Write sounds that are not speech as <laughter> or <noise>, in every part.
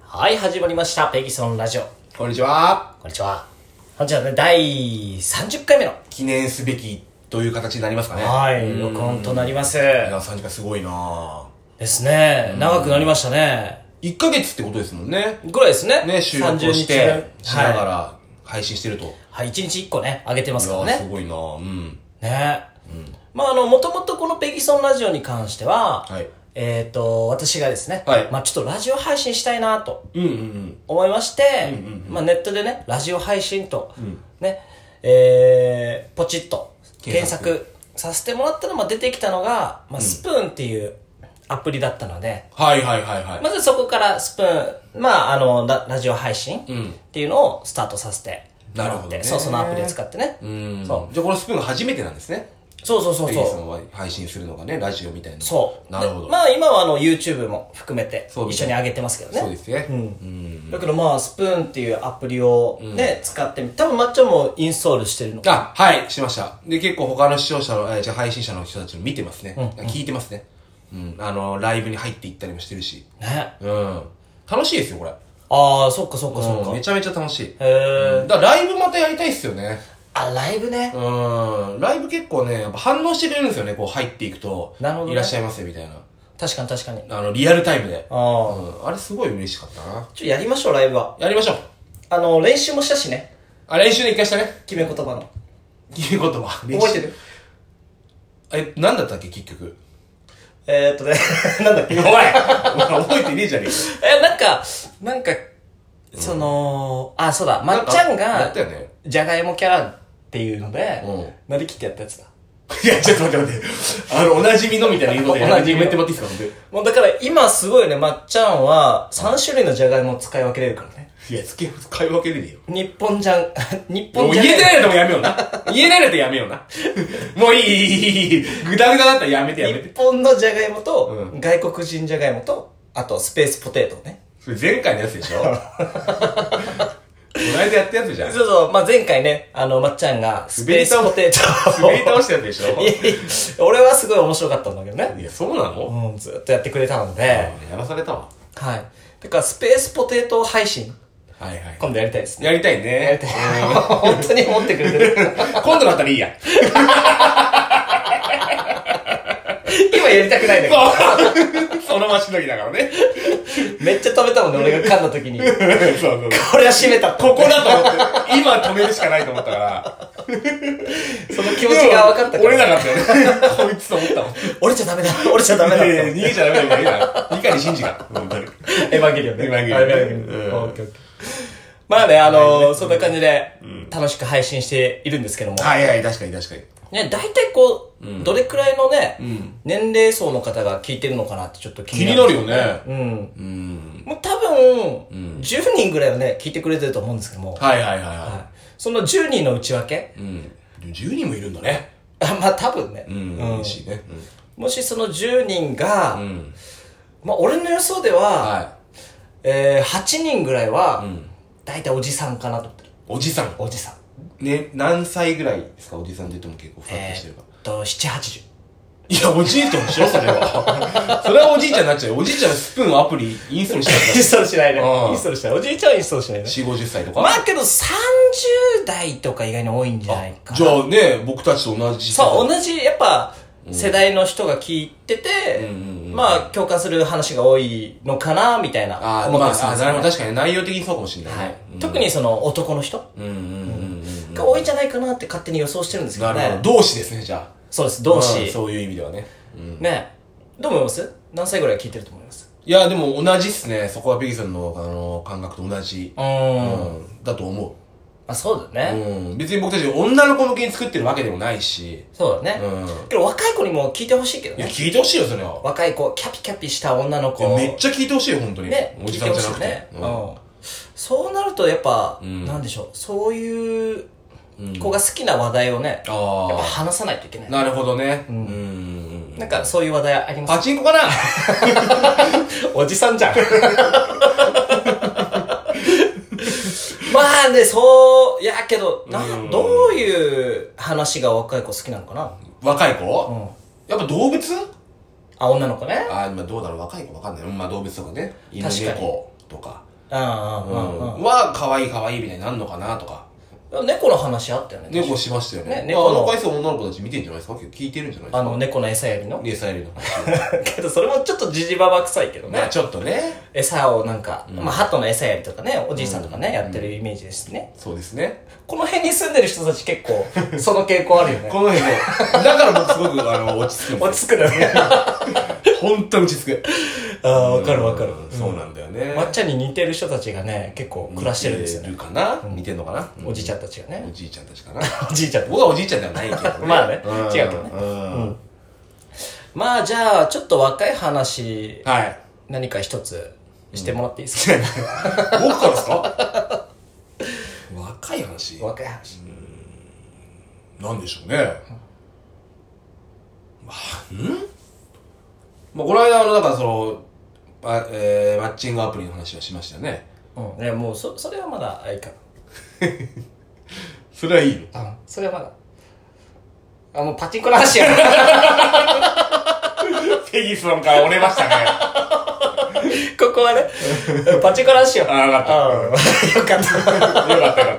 はい、始まりました。ペギソンラジオ。こんにちは。こんにちは。本日はね、第30回目の、記念すべきという形になりますかね。はい、うん録音となります。いや、3時間すごいなぁ。ですね。長くなりましたね。 1ヶ月ってことですもんね。ぐらいですね。ね、収録をし30て、日分しながはい。ら配信してると。いはい、1日1個ね、上げてますからや、ねす。ごいなぁ。うん。ね。まああの、もともとこのペギソンラジオに関しては、はいえっ、と、私がですね、はいまあちょっとラジオ配信したいなとうんうんうん。思いまして、まあネットでね、ラジオ配信と、ね、えー、ポチッと検検索索させてもらったのも出てきたのが、まあスプーンっていうアプリだったので、はいはいはいはい。まずそこからスプーン、まああの、ララジオ配信っんていうのをスタートさせてもらって、なるほどねそう、そのアプリを使ってね。うん。そじゃあこのスプーンが初めてなんですね。うそうそうそうペそギうさ。んは配信するのがね、ラジオみたいな。そう。なるほど。でまあ今はあの YouTube も含めてそう一です緒に上げてますけどね。そうですね。うんだけどまあスプーンっていうアプリをね、使ってみ多分まっちゃんもインストールしてるの。あ、はい、しました。で、結構他の視聴者の、えーじゃあ配信者の人たちも見てますね。聞いてますね。うん。あの、ライブに入っていったりもしてるし。ね。うん。楽しいですよ、これ。ああ、そっかそっかそっうんか。めちゃめちゃ楽しい。へえ。だからライブまたやりたいっすよね。あ、ライブね。うん。ライブ結構ね、やっぱ反応してくれるんですよね、こう入っていくと。なるほどねいらっしゃいませ、みたいな。確かに確かに。ああの、リアルタイムで。うあ。ん。あれすごい嬉しかったな。ちょ、やりましょう、ライブは。やりましょう。あの、練習もしたしね。あ、練習で一回したね。決め言葉の。いう <laughs> ことは。覚えてるえ、なんだったっけ、結局。えーっとね、 <laughs> なんだっけ。おい <laughs> 覚えてねえじゃねええ、か。なんか、なんか、その、あ、そうだ、まっちゃんやがった、よね。じゃがいもキャラっていうのでうん、なりきってやったやつだ。 <laughs> いや、ちょっと待って待って。あの、おなじみのみたいな言うことやおめなじてみものらってもらっていいですか、ほんでもうだから今すごいね、まっちゃんは3種類のじゃがいもを使い分けれるからね。いや、つけ、使い分けれねえよ。日本じゃん、日も本うじゃ言がいえてないやつもやめような。言えないやつやめような。もういい、いい、いい、いい。ぐだぐだだったらやめてやめて日。本のじゃがいもとう、ん外国人じゃがいもと、あとスペースポテトね。それ前回のやつ <laughs> でしょこの間やったやつじゃん。そうそう、まあ、前回ね、あの、まっちゃんがスペースポテトを。滑り倒したやつでしょいやいや俺はすごい面白かったんだけどね。いや、そうなのうん、ずっとやってくれたので、やらされたわ。はい。だからスペースポテト配信、はいはい。今度やりたいですね。やりたいやりねたい。。本当に思ってくれてる。今度だったらい <laughs> いや。今やりたくないんだけど。そのましのぎだから <laughs> ね。めっちゃ食べたもんね、俺が噛んだ時に。こそうそうそう。れは締めたって。ここだと思って、今止めるしかないと思ったから。その気持ちが分かったから。折れなかったよね。こいつと思ったもん。折れちゃダメだ。折れちゃダメだっいやてい。や逃げちゃダメだよ、逃げちゃダメ。いかに信じが。本当に。エヴァンゲリオンね。エエヴァンゲリオンねヴァンゲリオンうんオッケーオッケーまあね、あのー、そんな感じで、楽しく配信しているんですけども。はいはい、確かに確かに。ね、大体こう、どれくらいのね、年齢層の方が聞いてるのかなってちょっと気気ににななる。るよね。うん。うん。もう多分、10人ぐらいはね、聞いてくれてると思うんですけども。はいはいはいはその10人の内訳い。うん。でも10人もいるんだね。あまあ多分ね。うん。嬉しいね。もしその10人がう、ん。まあ俺の予想では、は。えー8人ぐらいはいう、ん。大体おじさんかなと思ってる。おじさん。おじさん。ね、何歳ぐらいですかおじさんって言っても結構ふわっとしてるから。えーっと、7、80。いや、おじいちゃんでしょそれ <laughs> は。それはおじいちゃんになっちゃうよ。おじいちゃんはスプーンアプリインストールし <laughs> てインるかストールしないね。うんインストールしない。おじいちゃんはインストールしないね <laughs> ら。。4、50歳とか。まあけど30代とか意外に多いんじゃないかな。じゃあね、僕たちと同じ。そう、同じ、やっぱ、世代の人が聞いてて、うんうんうんまあ共感する話が多いのかな、みたいなあー、思っまたあ、りするんあでーすなよるねほど。確かに内容的にそうかもしれないはねい。特にその男の人うんうんうんうん。が多いんじゃないかなって勝手に予想してるんですけどなるねほ。ど。同志ですね、じゃあ。そうです、同うん志。そういう意味ではね。ね。どう思います何歳ぐらい聞いてると思いますいや、でも同じっすね。そこはペギさんの、あの、感覚と同じ。う。うんまん。だと思あそうだう。ね。うん。別に僕たち女の子向けに作ってるわけでもないし。そうだうね。ん。けど若い子にも聞いてほしいけどいねや、。聞いてほしいよ、それは。若い子、キャピキャピした女のいや子。めっちゃ聞いてほしいよ、本当に。ね、おじさんじゃな聞いくほしいねて。ううんん。そうなるとやっぱ、んなんでしょう、そういううん子が好きな話題をね、やっぱあ話さないといけなあ。い。なるほどね。うん。なんかそういう話題ありますパチン <laughs> コかなおじさんじゃん。 <laughs> まあね、そう、いやけど、な、うんどういう話が若い子好きなのかな若いう子ん。やっぱ動物あ、女の子ね。ああ、まあどうだろう、若い子わかんない。うんまあ動物とかね。犬確かに猫とか。ああ、うんうんは、可愛い可愛いみたいになるのかなとか。猫の話あったよね。猫しましたよね。ねま猫あ、あのの回数女の子たち見てんじゃないですか結構聞いてるんじゃないですかあの、猫の餌やりの。 <laughs> 餌やりの。けど、それもちょっとジジババ臭いけどまあ、ね。ちょっとね。餌をなんか、まあ、鳩の餌やりとかね、おじいさんとかね、やってるイメージですね。そうですね。この辺に住んでる人たち結構、 <laughs> その傾向あるよね。この辺ね、だから僕すごく、あの、落ち着くん <laughs> で落すち着く <laughs> よね。よ。ほんと落ち着く。ああ、わかるわかる。うんそうなんだよね。抹茶に似てる人たちがね、結構暮らしてるんですよ似ね。てるかな似てんのかなおじいちゃんたちがゃん。おね。じいちゃんたちかな。 <laughs> おじいちゃん。僕はおじいちゃんではないけど <laughs> まあねん違うけどねうん。まあじゃあ、ちょっと若い話、はい。何か一つしてもらっていい <laughs> ですか、僕からですか <laughs> 若い話若い話。なんでしょうね。まあ、んまあ、この間、あの、だからその、あえーマッチングアプリの話はしましたよね。うん。ね、もう、そ、それはまだ、あいいかそれはいいのな。うん。それはまだ。あ、もうパチンコの話やな。 <laughs> ペギソンから折れました <laughs> ね。ここはね、パチンコの話よ。あ、よかった。ああ、よかった。よかったよかっ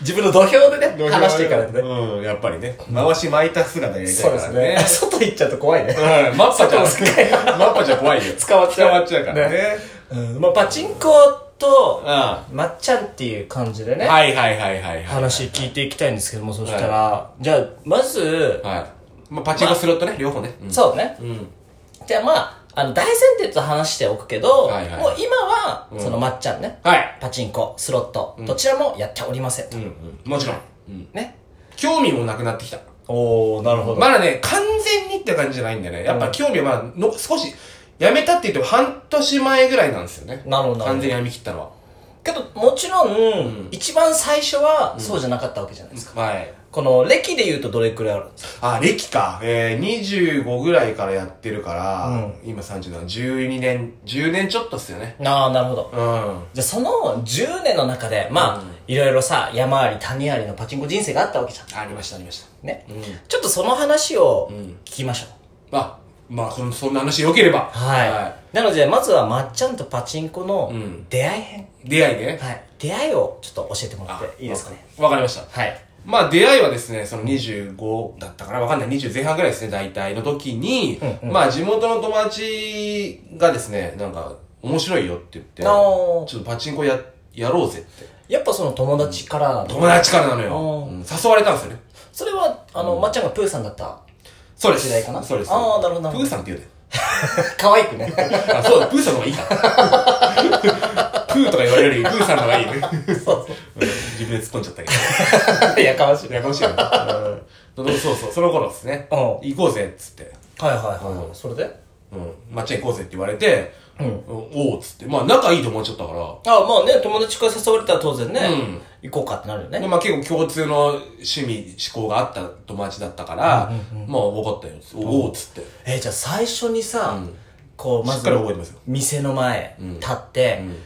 自分の土俵でね、た。話していかないとね。うん、やっぱりね。回し巻いた姿やりたそういでかすらねね。。外行っちゃうと怖いね。うん、マッパちゃん、外マの世界ッパちゃん怖いよ。捕まっちゃう捕まっちゃうからね。うん。まあ、パチンコと、まっちゃんっていう感じでうん。ね、はいはいはいはいはい。話聞いていきたいんですけども、そしたら、じゃあ、まず、はい。まあ、パチンコスロットね、両方ね。うんそうね。うん。じゃあまあ、あの、大前提と話しておくけど、はいはいもう今は、そのまっちゃんね、はい。パチンコ、スロット、どちらもやっておりませんと。うんうん。もちろん。うん。ね。興味もなくなってきた。おー、なるほまだね、完全にって感じじゃないんだよね。やっぱ興味はまだの、少し、やめたって言っても半年前ぐらいなんですよね。なるほどなるほど完全にやめきったのは。けど、もちろん、一番最初は、そうじゃなかったわけじゃないですか。はい。この、歴で言うとどれくらいあるんですかあ、歴か。えー、25ぐらいからやってるから、今37、12年、10年ちょっとっすよね。ああ、なるほど。うん。じゃあその10年の中で、まあ、いろいろさ、山あり谷ありのパチンコ人生があったわけじゃん。ありました、ありました。ね、ちょっとその話を聞きましょう、まあ、まあ、そんそんな話良ければ。はい、なのでまずはまっちゃんとパチンコのん出会い編、出会いね。はい出会いをちょっと教えてもらあっていいですかねわかりました。はいまあ出会いはですね、その25だったかな、わかんない、20前半ぐらいですね、大体の時に、まあ地元の友達がですね、なんか、面白いよって言って、ちあょーっとパチンコや、やろうぜって。やっぱその友達からなの、友達からなのよ。あーうん誘われたんですよね。それはあの、まっちゃんがプーさんだったそうです。時代かなそうです。あーなるほどなるほプどーさんって言う可愛く <laughs> ねで。あ、そうだ、プーさんの方がいいか。プーとか言われるより、プーさんの方がいいね。そううん自分で突っ込んじゃっ <laughs> たけど。そうやかましいやかもしれない。うんそうそう、その頃ですね。うん行こうぜ、っつって。はいはいはい、それでうん、抹茶行こうぜって言われて、おおっつって、まあ仲いい友達だったから、あまあね友達から誘われたら当然ね、うん行こうかってなるよね、でまあ結構共通の趣味、思考があった友達だったから、まあ分かったよ、おおっつって。えーじゃあ最初にさ、うんこうましっずかり覚えてますよ店の前立って、うん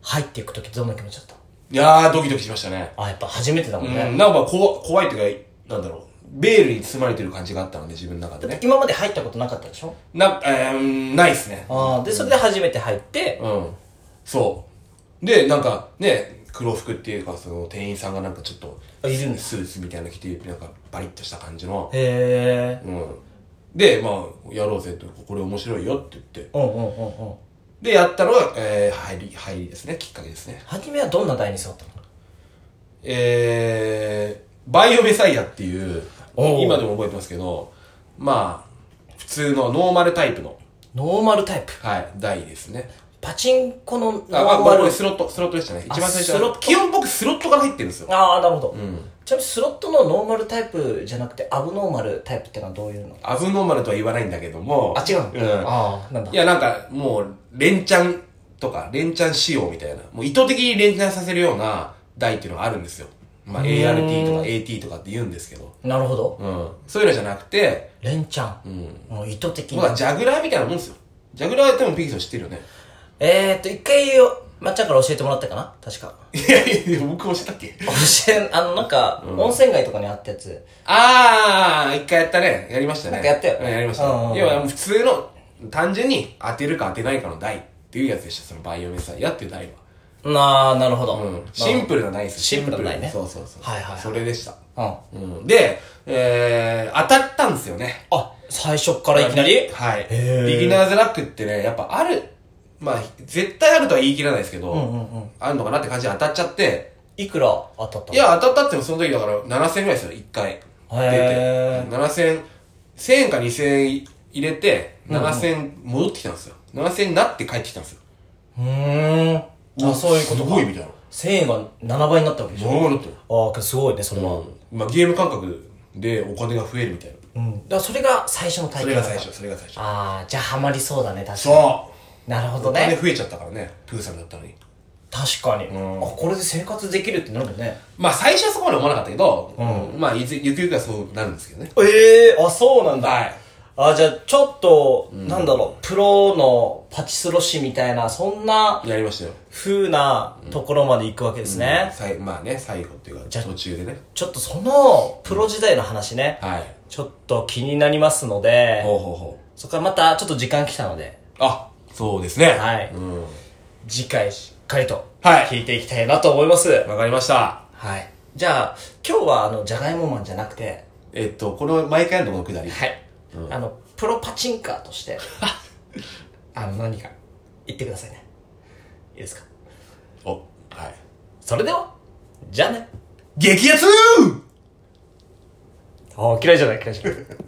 入っていく時どんな気持ちだったいやー、ドキドキしましたね。あやっぱ初めてだもうんん、ね、なんかこわ怖いっていうか、なんだろう、ベールに包まれてる感じがあったので、自分の中でね。今まで入ったことなかったでしょな、えー、ないっすね。ああでそれで初めて入って、うん。そう。で、なんかね、黒服っていうか、その店員さんがなんかちょっと、あいるんですスーツみたいなの着て、なんかバリッとした感じの、へえうん。で、まあ、やろうぜと、これ面白いよって言って。うんうんうんうんで、やったのが、えー、入り、入りですね、きっかけですね。初めはどんな台に座ったのえー、バイオメサイアっていう、おう今でも覚えてますけど、まあ、普通のノーマルタイプの、ノーマルタイプはい、台ですね。パチンコのノあ、まあ、ーこマれこルれスロット、スロットでしたね。一あ番最初スロット基本僕スロットから入ってるんですよ。ああなるほど、うん。ちなみにスロットのノーマルタイプじゃなくてアブノーマルタイプってのはどういうのアブノーマルとは言わないんだけども。あ違うの、うん。ああなんだいや、なんか、もう、連チャンとか、連チャン仕様みたいな、もう意図的に連チャンさせるような台っていうのがあるんですよ。まあ、うーん ART とか AT とかって言うんですけど。なるほどうん。そういうのじゃなくて、レンチャンう、ん。もう意図的に僕はジャグラーみたいなもんですよ。ジャグラーってもピギソン知ってるよね。えーっと、一回よ、まっちゃんから教えてもらったかな確 <laughs> か。いやいや、僕もしたっけ教え、あの、なんか、温泉街とかにあったやつ。あー、一回やったね。やりましたね。なんかやったようんやりましたうんうんうんね。いや、もう普通の、単純に当てるか当てないかの台っていうやつでした。そのバイオメサイヤっていう台は。うなあ、なるほど。うんシンプルなないですシンプルなナイねそうそうそう。はいはいはいそれでした。うん。うんで、えー、当たったんですよね。あ、最初からいきなりはい。へービギナーズラックってね、やっぱある、まあ、絶対あるとは言い切らないですけど、あるのかなって感じで当たっちゃって、いくら当たったいや、当たったってもその時だから7000円ぐらいですよ、1回。へー出て。7000、1000円か2000円入れて、7000戻ってきたんですよ。7000円になって帰ってきたんですよ。うーん。あ、そういうことか。すごいみたいな。 1000円が7倍になったわけでしょそうなってるああ、けどすごいね、それは。まあ、ゲーム感覚でお金が増えるみたいな。うん。だからそれが最初の体そ験れだがった最初、それが最初。ああ、じゃあハマりそうだね、確かに。そうなるほどお金ね。増えちゃったからね、プーさんだったのに。確かに。あ、んこれで生活できるってなるもんね。まあ最初はそこまで思わなかったけど、まあいずゆくゆくはそうなるんですけどね。ええあ、そうなんだ。はいあ、じゃあ、ちょっと、なんだろう、プロのパチスロ師みたいな、そんなやりましたよ。風なところまで行くわけですね。さいまあね、最後っていうか、じゃ途中でね。ちょっとその、プロ時代の話ね、はい。ちょっと気になりますので、ほうほうほう。そこからまたちょっと時間来たので、あ、そうですね。ははい。うん。次回しっかりと、はい聞いていきたいなと思います。わかりました。はい。じゃあ、今日は、あの、じゃがいもマンじゃなくて、えっと、この毎回のこのくだり。はい。あの、プロパチンカーとして、 <laughs> あの、何か、言ってくださいね。いいですかお、はい。それでは、じゃあね。激アツああ、嫌いじゃない、嫌いじゃない。